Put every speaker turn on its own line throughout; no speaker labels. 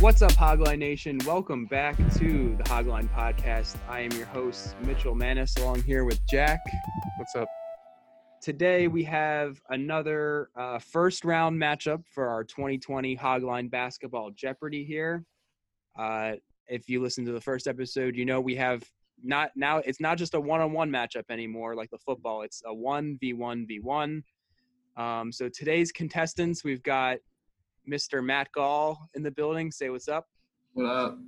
What's up, Hogline Nation? Welcome back to the Hogline Podcast. I am your host, Mitchell Manis, along here with Jack.
What's up?
Today we have another uh, first round matchup for our 2020 Hogline Basketball Jeopardy here. Uh, if you listen to the first episode, you know we have not now it's not just a one-on-one matchup anymore like the football. It's a one v one v one. Um, so today's contestants, we've got Mr. Matt Gall in the building. Say what's up.
What up?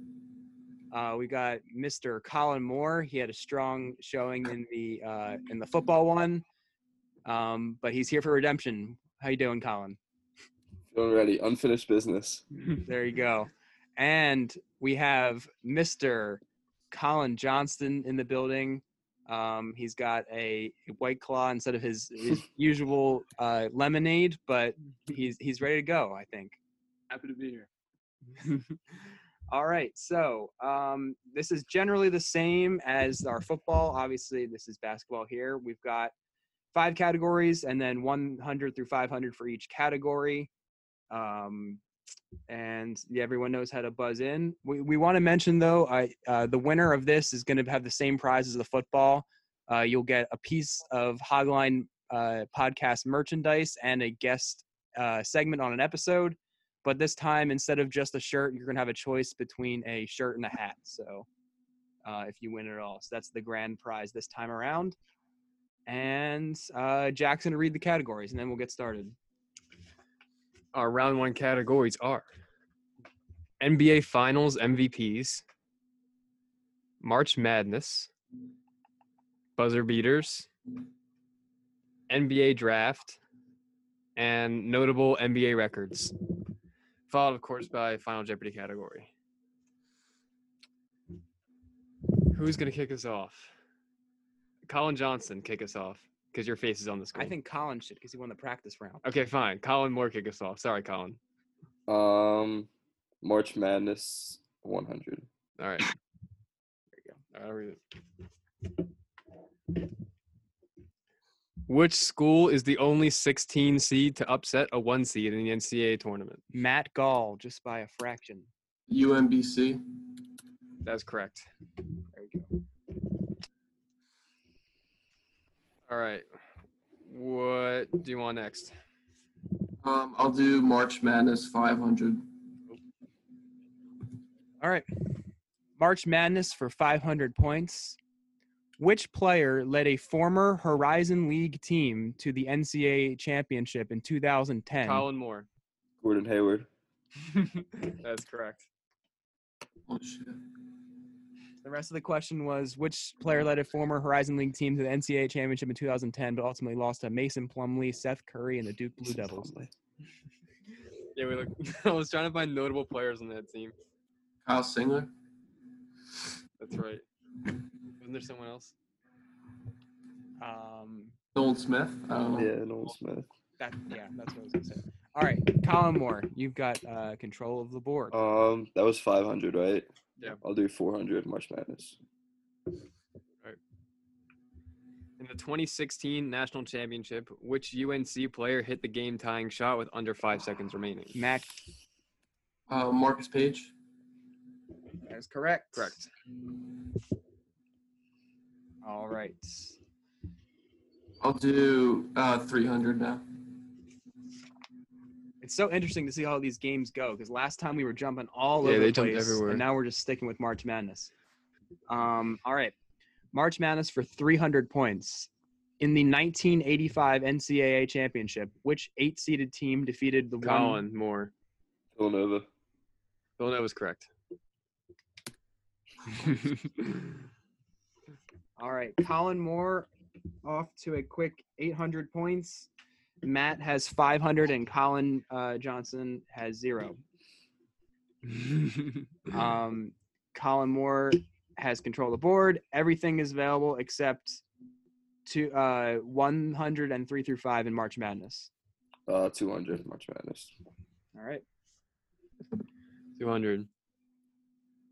Uh, we got Mr. Colin Moore. He had a strong showing in the uh, in the football one, um, but he's here for redemption. How you doing, Colin?
Feeling ready. Unfinished business.
Mm.
There you go. And we have Mr. Colin Johnston in the building. Um, he's got a, a white claw instead of his, his usual uh, lemonade, but he's he's ready to go. I think.
Happy to be here.
All right, so um, this is generally the same as our football. Obviously, this is basketball here. We've got five categories and then 100 through 500 for each category. Um, and yeah, everyone knows how to buzz in. We, we want to mention, though, I, uh, the winner of this is going to have the same prize as the football. Uh, you'll get a piece of Hogline uh, podcast merchandise and a guest uh, segment on an episode but this time instead of just a shirt you're gonna have a choice between a shirt and a hat so uh, if you win it all so that's the grand prize this time around and uh, jackson to read the categories and then we'll get started
Our round one categories are NBA Finals MVPs, March Madness, Buzzer Beaters, NBA Draft, and notable NBA records. Followed, of course, by Final Jeopardy category. Who's going to kick us off? Colin Johnson, kick us off because your face is on the screen.
i think colin should because he won the practice round
Okay, fine. Colin Moore kick us off. Sorry, Colin.
Um, March Madness 100.
All right. There you go. All right, I'll read it. Which school is the only 16 seed to upset a one seed in the NCAA tournament?
matt gall just by a fraction
UMBC.
That's correct. There you go. All right. What do you want next?
Um, I'll do March Madness 500.
All right. March Madness for 500 points. Which player led a former Horizon League team to the NCAA championship in 2010?
Colin Moore.
Gordon Hayward.
That's correct.
Oh, shit.
The rest of the question was which player led a former Horizon League team to the NCAA championship in 2010, but ultimately lost to Mason Plumlee, Seth Curry, and the Duke Blue Devils.
Yeah, we look. I was trying to find notable players on that team.
Kyle Singler.
That's right. Wasn't there someone else?
Um,
Nolan Smith. I don't know.
Yeah, Nolan Smith.
that, yeah, that's what I was going to say. All right, Colin Moore, you've got uh, control of the board.
Um, that was 500, right?
Yeah.
I'll do 400 March Madness.
In the 2016 national championship, which UNC player hit the game tying shot with under five seconds remaining?
Matt,
Uh, Marcus Page.
that is correct.
Correct.
All right.
I'll do uh, 300 now.
It's so interesting to see how these games go because last time we were jumping all
Yeah,
over
they
the
jumped
place,
everywhere.
and now we're just sticking with March Madness. Um, all right, March Madness for 300 points. In the 1985 NCAA championship, which eight-seeded team defeated the one?
Colin Moore.
Villanova.
Well, that was correct.
All right, Colin Moore off to a quick 800 points. Matt has 500, and Colin uh, Johnson has zero. Um, Colin Moore has control of the board. Everything is available except to uh, 103 through 5 in March Madness.
Uh, 200 March Madness.
All right.
200.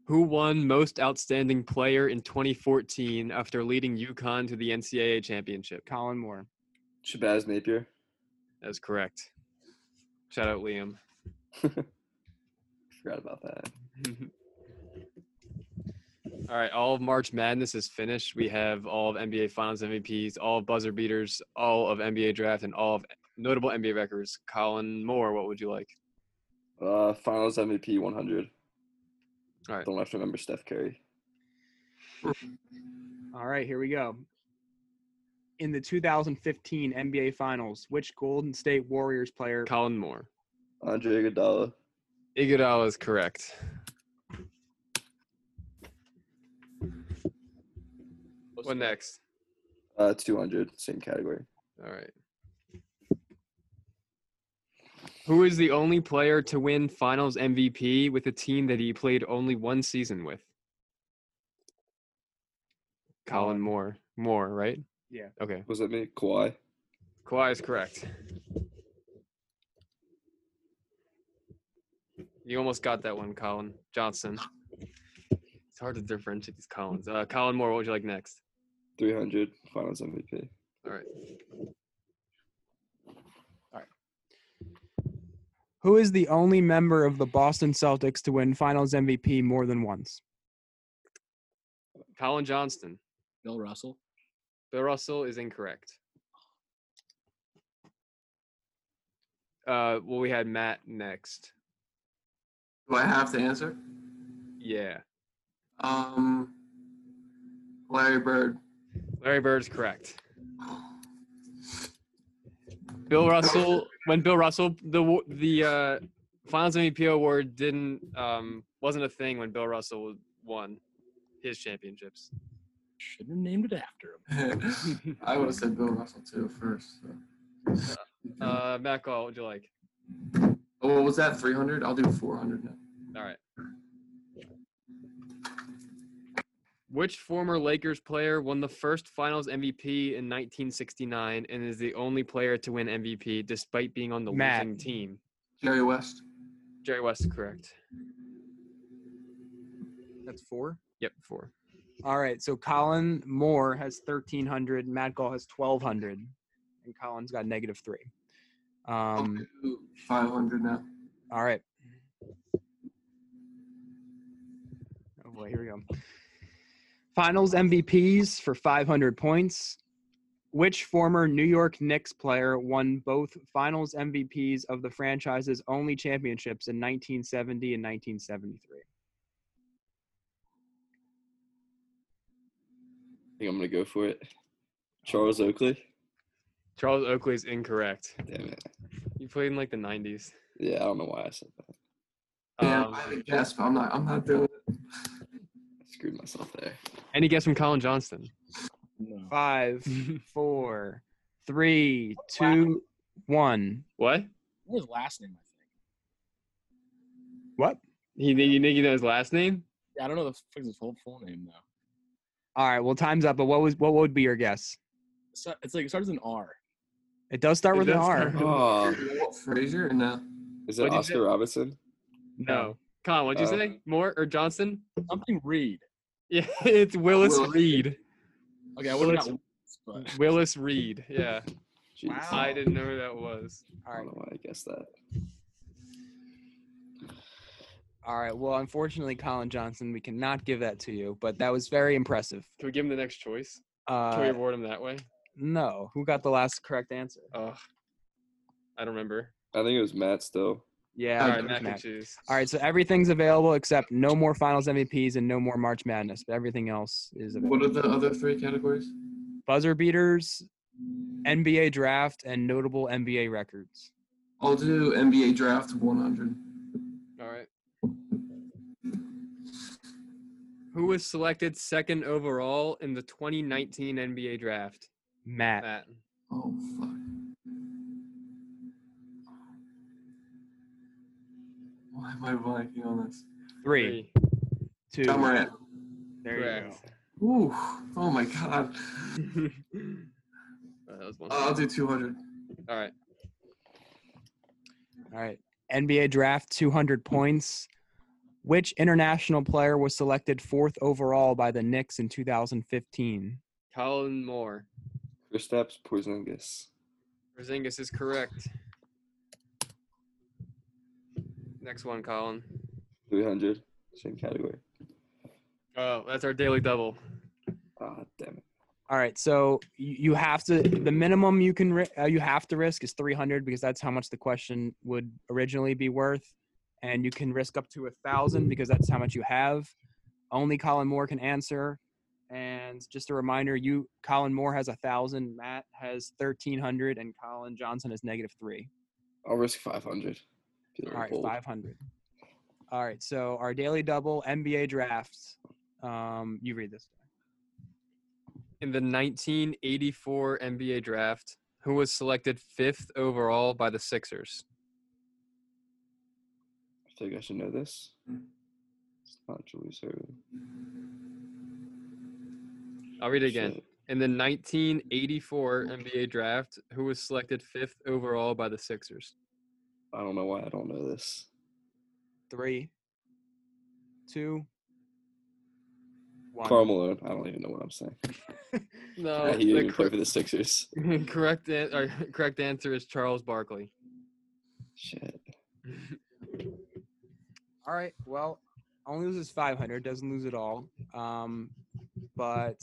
Who won Most Outstanding Player in 2014 after leading UConn to the NCAA championship?
Colin Moore.
Shabazz Napier.
That's correct. Shout out Liam.
forgot about that.
all right, all of March Madness is finished. We have all of NBA Finals MVPs, all of buzzer beaters, all of NBA draft, and all of notable NBA records. Colin Moore, what would you like?
Uh, Finals MVP 100.
All right.
Don't have to remember Steph Curry.
All right, here we go. In the 2015 NBA Finals, which Golden State Warriors player?
Colin Moore.
Andre Iguodala.
Iguodala is correct. What next?
Uh, 200. Same category.
All right. Who is the only player to win Finals MVP with a team that he played only one season with? Colin
Colin.
Moore. Moore, right?
Yeah.
Okay.
Was that me? Kawhi.
Kawhi is correct. You almost got that one, Colin Johnson. It's hard to differentiate these Collins. Uh, Colin Moore, what would you like next?
300. Finals MVP.
All right.
Who is the only member of the Boston Celtics to win Finals MVP more than once?
Colin Johnston.
Bill Russell.
Bill Russell is incorrect. Uh, well, we had Matt next.
Do I have to answer?
Yeah,
Um, Larry Bird.
Larry Bird's correct. Bill Russell. When Bill Russell, the wa- the uh, Finals MVP award didn't um, wasn't a thing when Bill Russell won his championships.
Should have named it after him.
I would have said Bill Russell too first. So.
Mm-hmm.
Uh, Matt Gall, what would you like?
oh, what was that? 300? I'll do 400 now.
All right. Which former Lakers player won the first Finals MVP in 1969 and is the only player to win MVP despite being on the
Matt.
losing team?
Jerry West.
Jerry West is correct.
That's four.
Yep, four.
All right, so Colin Moore has 1,300, Matt Gall has 1,200, and Colin's got negative three.
I'll
Um,
do 500 now.
All right. Oh boy, here we go. Finals MVPs for 500 points. Which former New York Knicks player won both Finals MVPs of the franchise's only championships in 1970 and 1973?
I think I'm going to go for
Oh.
it. Charles Oakley.
Charles Oakley is incorrect.
Damn it.
He played in like the 90s.
Yeah, I don't know why I said that.
Yeah,
Um,
I have a guess, but I'm not. I'm not doing it.
I screwed myself there.
any guess from Colin Johnston?
No.
Five, four, three, two, one.
What?
What was last name? I think.
What?
He you think you know his last name?
Yeah, I don't know the fuck his whole full name though.
All right, well, time's up. But what was what would be your guess?
So, it's like it starts with an R.
It does start
It
with an
does
R.
start-
Oh,
Walt Frazier? uh, No.
is it
What'd you
Oscar
say?
Robinson?
No. Colin, what'd you
Uh,
say? Moore or Johnson?
Something Reed.
Yeah, it's Willis
Willis.
Reed.
Okay, I would have
Willis-
got Willis, but
Willis Reed. Yeah.
Jeez.
Wow.
I didn't know who that was.
All
I
right.
don't know why I guessed that.
All right. Well, unfortunately, Colin Johnson, we cannot give that to you, but that was very impressive.
Can we give him the next choice? Can we
Uh,
award him that way?
no, who got the last correct answer?
Ugh. I don't remember.
I think it was Matt still.
Yeah.
All
it
right,
was
Mac and
Matt.
cheese.
All right. So everything's available except no more Finals MVPs and no more March Madness, but everything else is available.
What are the other three categories?
Buzzer beaters, NBA draft, and notable NBA records.
I'll do NBA draft 100.
All right. Who was selected second overall in the 2019 NBA draft?
Matt.
Matt.
Oh fuck. Why am I blanking on this?
Three, two.
John Morant.
There you go.
Correct.
Ooh. Oh my god.
Uh, that was one.
Uh, I'll do 200.
All right.
All right. NBA draft, 200 points. Which international player was selected fourth overall by the Knicks in 2015?
Colin Moore.
Kristaps Porzingis.
Porzingis is correct. Next one, Colin.
300. Same category.
Oh, that's our daily double.
Ah, damn it.
All right, so you you have to the minimum you can ri- uh, you have to risk is 300 because that's how much the question would originally be worth, and you can risk up to a thousand because that's how much you have. Only Colin Moore can answer, and just a reminder: you Colin Moore has a thousand, Matt has 1300, and Colin Johnson is negative three.
I'll risk 500. Feeling
All right,
bold.
500. All right, so our daily double NBA drafts. Um, you read this.
In the 1984 NBA draft, who was selected fifth overall by the Sixers?
I feel like I should know this. It's not Julius Erving.
I'll read it again.
Shit.
In the 1984 NBA draft, who was selected fifth overall by the Sixers?
I don't know why I don't know this.
three, two, one.
Carl Malone. I don't even know what I'm saying.
No,
Yeah, he didn't
Oh, the
even play for
cor-
the Sixers.
correct, an- or correct answer is Charles Barkley.
Shit.
All right. Well, only loses 500. Doesn't lose it all. Um, but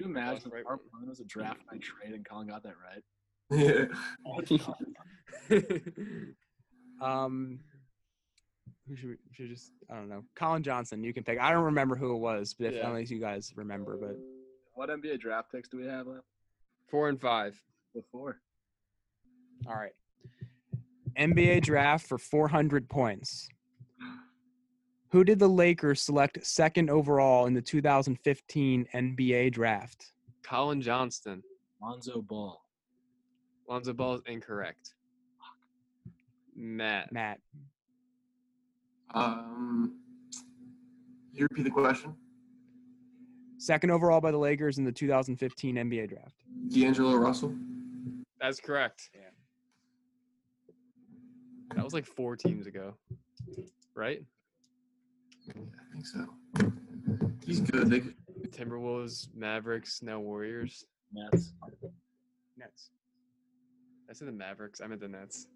you imagine
Right.
if our plan was a draft night trade and Colin got that right?
Yeah.
um, who should we should we just? I don't know. Colin Johnson. You can pick. I don't remember who it was, but if,
Yeah.
unless you guys remember, but
What NBA draft picks do we have left?
Four and five.
Before.
all right. NBA draft for 400 points. Who did the Lakers select second overall in the 2015 NBA draft?
Colin Johnston.
Lonzo Ball.
Lonzo Ball is incorrect. Matt.
Matt.
Um, you repeat the question.
Second overall by the Lakers in the 2015 NBA draft.
D'Angelo Russell.
That's correct. That was like four teams ago, right?
I think so. He's good. They,
Timberwolves, Mavericks, now Warriors.
Nets.
Nets.
I said the Mavericks. I meant the Nets.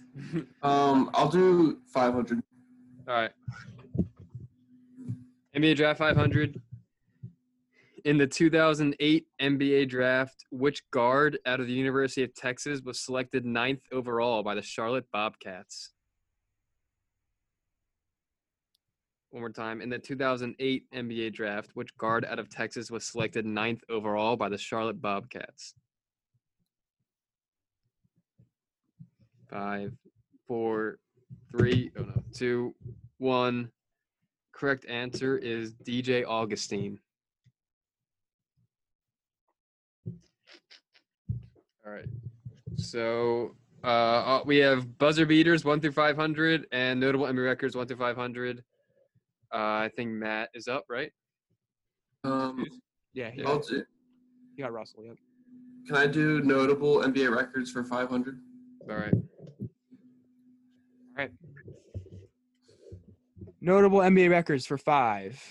um, I'll do 500.
All right. NBA Draft 500. In the 2008 NBA Draft, which guard out of the University of Texas was selected ninth overall by the Charlotte Bobcats? One more time. In the 2008 NBA Draft, which guard out of Texas was selected ninth overall by the Charlotte Bobcats? Five, four, three, oh no, two, one. Correct answer is DJ Augustine. All right. So uh, uh, we have buzzer beaters one through 500 and notable Emmy records one through 500. Uh, I think Matt is up, right?
Um,
Yeah, he,
I'll do,
he got Russell. Yep.
can I do notable NBA records for 500?
All right.
Notable NBA records for five.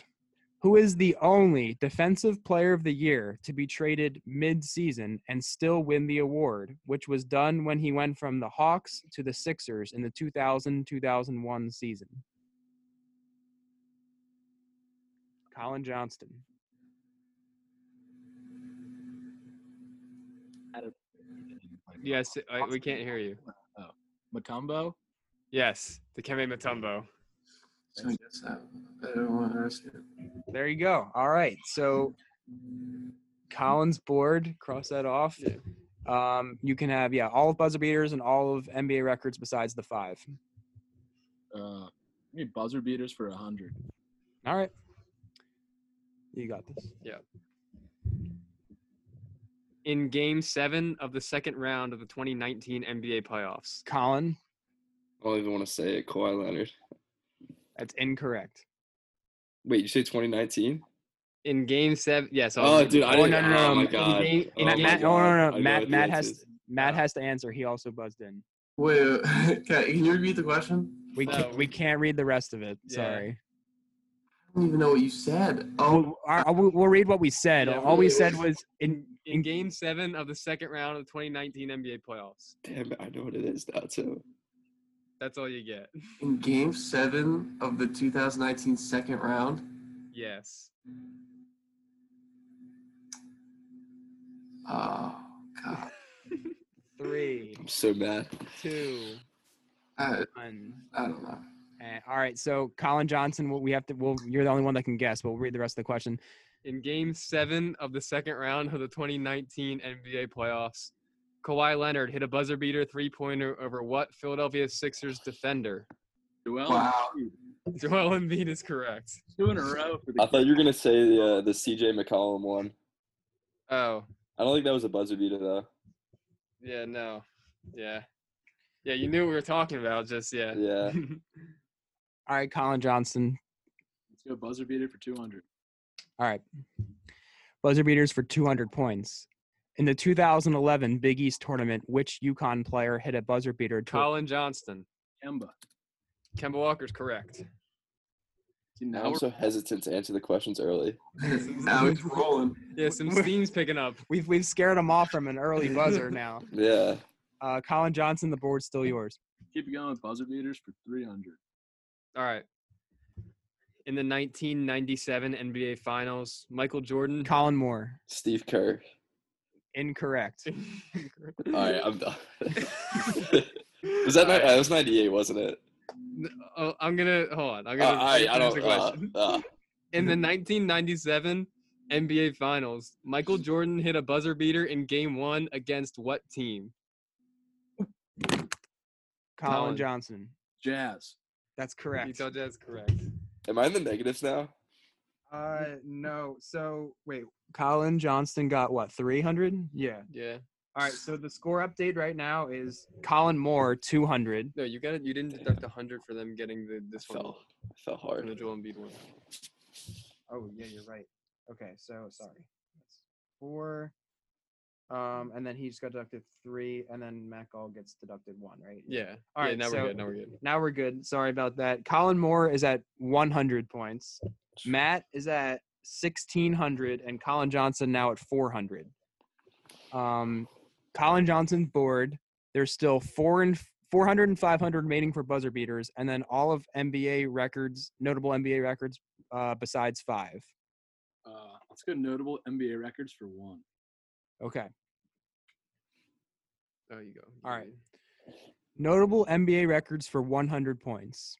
Who is the only defensive player of the year to be traded mid-season and still win the award, which was done when he went from the Hawks to the Sixers in the 2000-2001 season? Colin Johnston.
Yes, I, we can't hear you.
Matumbo.
Yes, the Kemi Matumbo.
So I guess that. I don't want to risk it.
There you go. All right. So Collins board, cross that off.
Yeah.
Um, you can have yeah, all of buzzer beaters and all of NBA records besides the five.
Uh, we need buzzer beaters for a hundred.
All right. You got this.
In game seven of the second round of the 2019 NBA playoffs,
Colin,
I don't even want to say it. Kawhi Leonard.
that's incorrect.
Wait, you say 2019?
in game seven. Yes. I'll
Oh,
read
dude,
it.
I
Oh,
didn't.
no, no, no,
oh my
in
god.
game- in
oh,
Matt,
my
Matt, no, no,
God.
game-
no,
I know
Matt,
what the
Matt
answer
has
is.
Matt
Oh.
has to answer. He also buzzed in.
Wait, okay, can you repeat the question?
We
No.
can't, we can't read the rest of it.
Yeah.
Sorry.
I don't even know what you said. Oh,
We'll, our- we'll, we'll read what we said.
Yeah,
All we
we-
said was in
in game seven of the second round of the 2019 NBA playoffs.
Damn it, I know what it is now too.
That's all you get.
In game seven of the 2019 second round,
Yes.
oh, God.
Three,
I'm so mad.
two,
I,
one.
I don't know.
And, all right. So Colin Johnson, we'll- we have to. Well, you're the only one that can guess. But we'll read the rest of the question.
In game seven of the second round of the 2019 NBA playoffs, Kawhi Leonard hit a buzzer beater three pointer over what Philadelphia Sixers defender?
Joel,
Wow.
Joel Embiid is correct.
two in a row for the
I thought you were gonna say the uh, the CJ McCollum one.
Oh,
I don't think that was a buzzer beater though.
yeah, no. Yeah. Yeah, you knew what we were talking about, just yeah.
Yeah.
All right, Colin Johnson,
Let's go buzzer beater for 200.
All right. Buzzer beaters for 200 points. In the 2011 Big East tournament, which UConn player hit a buzzer beater? To
Colin Johnston.
Kemba.
Kemba Walker's correct.
See, now
I'm
we're-
so hesitant to answer the questions early.
now he's rolling.
Yeah, some steam's picking up.
We've we've scared them off from an early buzzer now.
Yeah.
Uh, Colin Johnson, the board's still yours.
keep going with buzzer beaters for 300.
All right. In the 1997 NBA Finals, Michael Jordan.
Colin Moore,
Steve Kerr.
incorrect.
All right, I'm done. was that
All
not, uh,
right.
that was 98, wasn't it?
Oh, I'm gonna hold on. I'm
Uh,
gonna.
all right, I
finish the
don't. Uh,
question.
uh,
In the 1997 NBA Finals, Michael Jordan hit a buzzer beater in Game One against what team?
Colin,
Colin.
Johnson,
Jazz.
that's correct.
Utah Jazz, correct.
am I in the negatives now?
Uh, no. So wait, Colin Johnston got what? 300? Yeah.
Yeah.
All right. So the score update right now is Colin Moore 200.
No, you got it. You didn't deduct 100 for them getting the
I
this one
fell. I fell
from the
hard.
Joel Embiid one.
Oh yeah, you're right. Okay, so sorry. That's four. Um, and then he's got deducted three, and then Macall gets deducted one, right?
Yeah.
All
yeah,
right,
Now
so-
we're good. Now we're good.
Now we're good. Sorry about that. Colin Moore is at 100 points. Matt is at 1600, and Colin Johnson now at 400. Um, Colin Johnson's board. There's still four and 400 and 500 remaining for buzzer beaters, and then all of NBA records, notable NBA records, uh, besides five.
Uh, let's go notable NBA records for one.
Okay.
Oh, you go. You
All right.
go.
Notable NBA records for 100 points.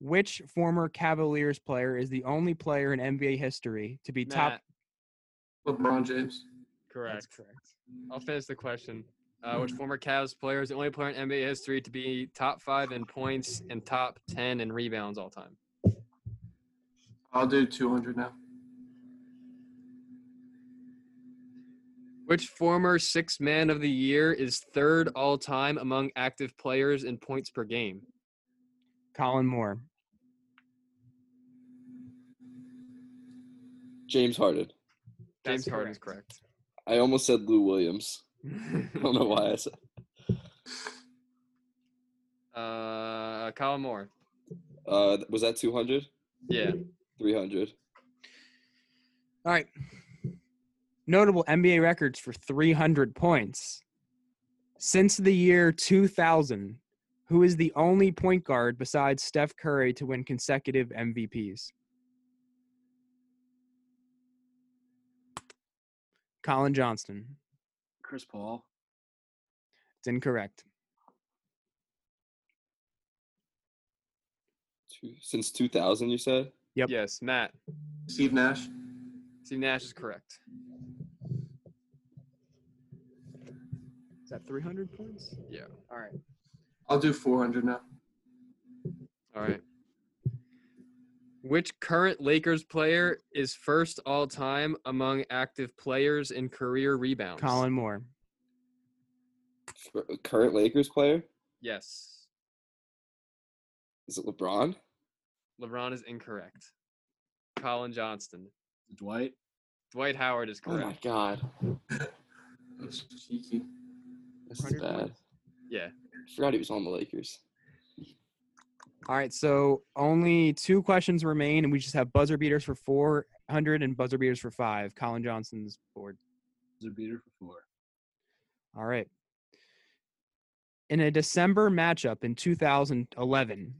Which former Cavaliers player is the only player in NBA history to be top?
Matt,
LeBron James.
That's
Correct.
correct.
I'll finish the question. Uh,
Mm-hmm.
which former Cavs player is the only player in NBA history to be top five in points and top ten in rebounds all time?
I'll do 200 now.
Which former six man of the year is third all time among active players in points per game?
Colin Moore.
James Harden.
James
That's
Harden is correct.
I almost said Lou Williams. I don't know why I said.
Uh, Colin Moore.
Uh, was that 200?
Yeah.
300.
All right. Notable NBA records for 300 points. Since the year 2000, who is the only point guard besides Steph Curry to win consecutive MVPs? Colin Johnston.
Chris Paul.
It's incorrect.
Two, since 2000, you said?
Yep.
Yes. Matt.
Steve Nash.
Steve Nash is correct.
Is that 300 points?
Yeah.
All right.
I'll do 400 now.
All right. Which current Lakers player is first all time among active players in career rebounds?
Colin Moore.
For- uh, Current Lakers player?
Yes.
Is it LeBron?
LeBron is incorrect. Colin Johnston.
Dwight.
Dwight Howard is
Oh my
correct.
God.
That's cheeky.
This is
100
bad.
points.
yeah.
I forgot he was on the Lakers.
All right, so only two questions remain, and we just have buzzer beaters for 400 and buzzer beaters for five. Colin Johnson's board.
Buzzer beater for four.
All right. In a December matchup in 2011,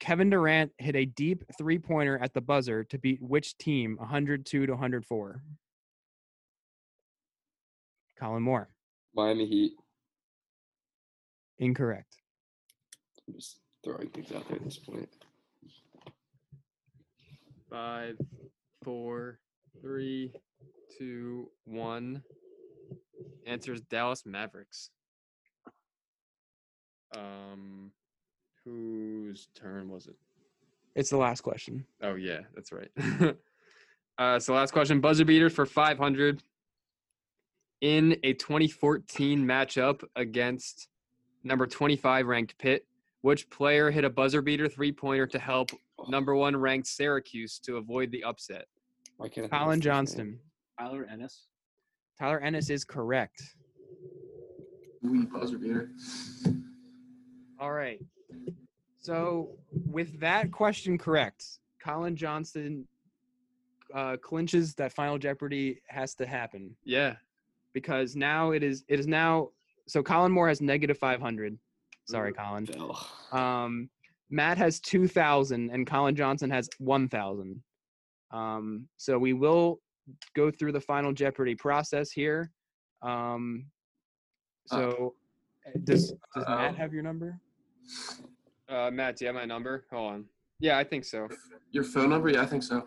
Kevin Durant hit a deep three pointer at the buzzer to beat which team 102 to 104? Colin Moore.
Miami Heat.
Incorrect.
I'm just throwing things out there at this point.
Five, four, three, two, one. Answers Dallas Mavericks. Um, whose turn was it?
It's the last question.
Oh yeah, that's right. uh, so last question, buzzer beater for 500. In a 2014 matchup against number 25 ranked Pitt, which player hit a buzzer beater three pointer to help number one ranked Syracuse to avoid the upset?
Why can't I think of
Colin
his last name?
Johnston.
Tyler Ennis.
Tyler Ennis is correct.
We buzzer beater.
All right. So with that question correct, Colin Johnston uh, clinches that Final Jeopardy has to happen
Yeah,
because now it is it is now so Colin Moore has negative five hundred. Sorry, Colin.
Bell.
Um, Matt has two thousand and Colin Johnson has one thousand. Um, so we will go through the Final Jeopardy process here. Um, so uh, does does
Uh-oh.
Matt have your number?
Uh, Matt, do you have my number? Hold on. Yeah, I think so.
Your phone number? Yeah, I think so.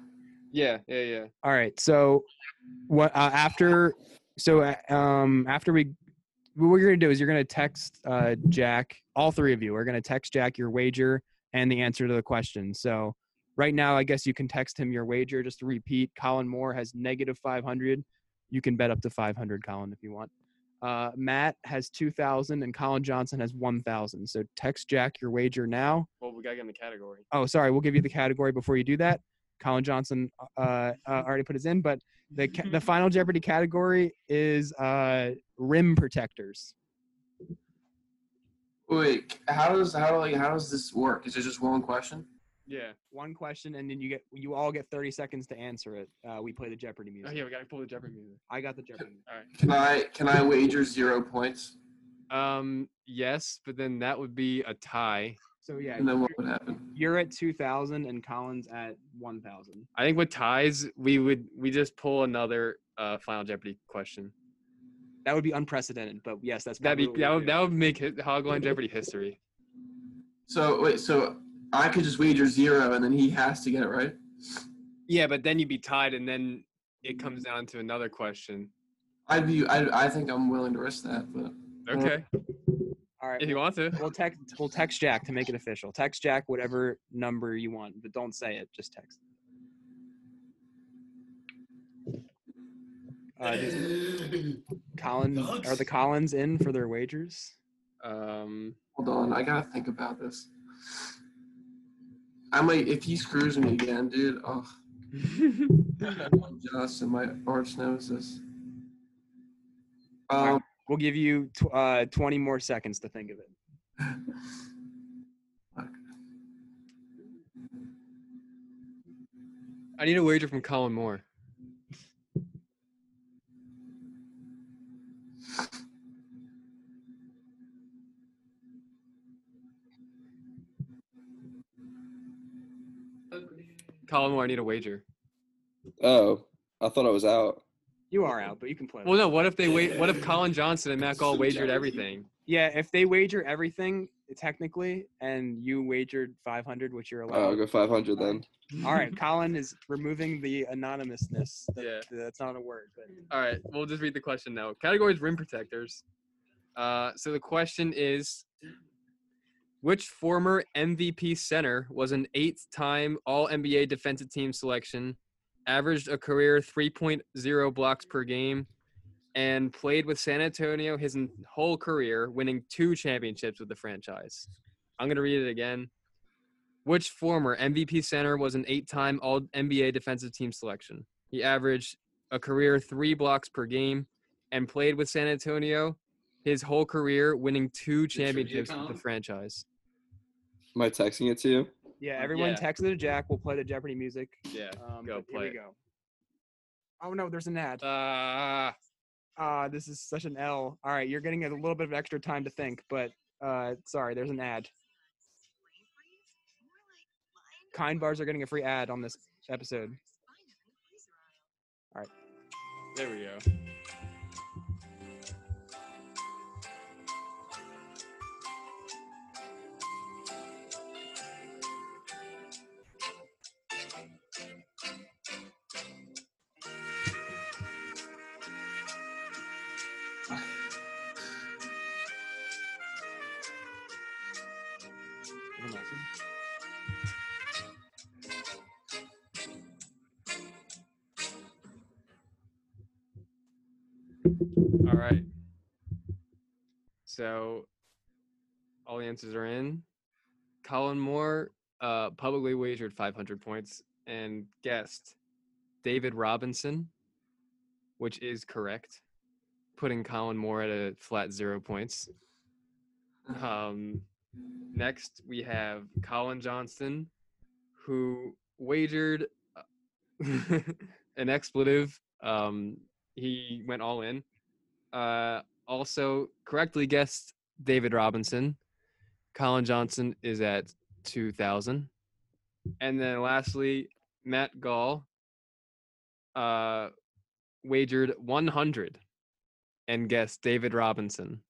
Yeah, yeah, yeah.
All right. So what uh, after so uh, um after we what we're going to do is you're going to text uh Jack, all three of you are going to text Jack your wager and the answer to the question. So right now I guess you can text him your wager just to repeat Colin Moore has negative 500. You can bet up to 500 Colin if you want. Uh, Matt has 2,000 and Colin Johnson has 1,000. So text Jack your wager now
Well, we gotta get in the category.
oh sorry we'll give you the category before you do that colin johnson uh, uh already put his in but the ca- the final jeopardy category is uh rim protectors
Wait, how does how like how does this work? Is it just one question?
Yeah.
one question and then you get you all get 30 seconds to answer it uh we play the jeopardy
Oh
music
yeah, we gotta pull the Jeopardy music.
i got the jeopardy music.
All right.
Can I can I wager zero points?
Um, yes, but then that would be a tie.
so yeah
And then what would happen?
you're at 2000 and colin's at 1000
I think with ties, we would we just pull another uh Final Jeopardy question.
that would be unprecedented but yes that's
That'd be
probably
that
what we
would, that would make hi- Hogline Jeopardy history.
So wait, so I could just wager zero and then he has to get it right.
Yeah, but then you'd be tied, and then it comes down to another question.
I'd be I, I think I'm willing to risk that, but
Okay,
do. all right
if you want to.
we'll text we'll text jack to make it official text jack whatever number you want but don't say it just text uh, does colin are the collins in for their wagers
Um,
hold on, I gotta think about this. I might if he screws me again, dude. Oh, Justin, my arch nemesis. Um,
we'll give you tw- uh, 20 more seconds to think of it
I need a wager from Colin Moore. Colin Moore, I need a wager.
Oh, I thought I was out.
you are out but you can play
Well, no. What if they wait? What if Colin Johnson and Matt Gall wagered everything?
yeah if they wager everything technically and you wagered 500 which you're
Oh, I'll
allowed
go 500 then.
all right colin is removing the anonymousness That-
Yeah.
that's not a word but
All right, we'll just read the question now. Categories rim protectors. Uh, so the question is which former MVP center was an eighth time All NBA defensive team selection, averaged a career 3.0 blocks per game, and played with San Antonio his en- whole career, winning two championships with the franchise? I'm going to read it again. Which former MVP center was an eight time All NBA defensive team selection? He averaged a career three blocks per game and played with San Antonio his whole career, winning two
trivia
championships with the
count?
franchise.
Am I texting it to you?
yeah
Uh,
everyone
yeah.
text it to jack we'll play the jeopardy music
Yeah.
Um,
Go
but
play
Here
it.
we go. Oh no, there's an ad.
Uh,
Ah, this is such an L. All right, you're getting a little bit of extra time to think, but Uh, sorry, there's an ad. Kind bars are getting a free ad on this episode.
There we go. All right. So all the answers are in. Colin Moore uh, publicly wagered 500 points and guessed David Robinson, which is correct, putting Colin Moore at a flat zero points. Um, next, we have Colin Johnston, who wagered uh, an expletive. Um, he went all in uh, also correctly guessed David Robinson. Colin Johnson is at 2,000. And then lastly, Matt Gall uh, wagered 100 and guessed David Robinson.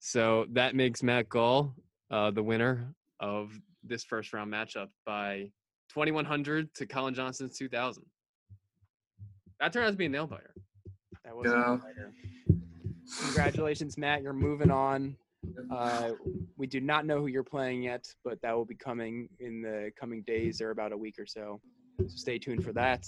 So that makes Matt Gall uh, the winner of this first round matchup by 2,100 to Colin Johnson's 2,000. That turned out to be a nail biter.
That was a
Yeah.
no-brainer. Congratulations, Matt. You're moving on. Uh, we do not know who you're playing yet, but that will be coming in the coming days or about a week or so. So stay tuned for that.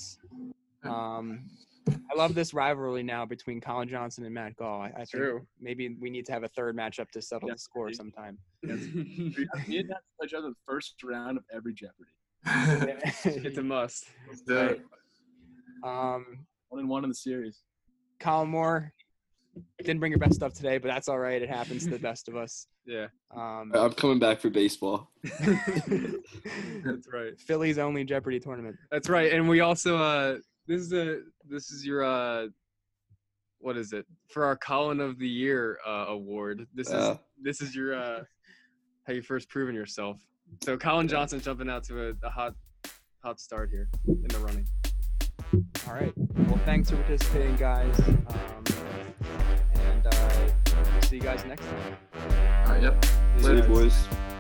Um, I love this rivalry now between Colin Johnson and Matt Gall. I, I think maybe we need to have a third matchup to settle the score
Definitely.
sometime.
Dude, Me and Matt play each other the first round of every Jeopardy.
It's a must.
Let's do it.
um,
One and one in the series.
Colin Moore didn't bring your best stuff today, but that's all right. It happens to the best of us.
Yeah,
Um,
I'm coming back for baseball.
that's right.
Philly's only Jeopardy tournament.
That's right. And we also uh this is a this is your uh what is it? For our Colin of the Year uh award. This is
Uh.
this is your uh how you first proven yourself. So Colin Johnson's jumping out to a, a hot hot start here in the running.
All right. Well, thanks for participating, guys. Um, and uh, see you guys next time.
All right, yep.
See you,
Later.
boys.
All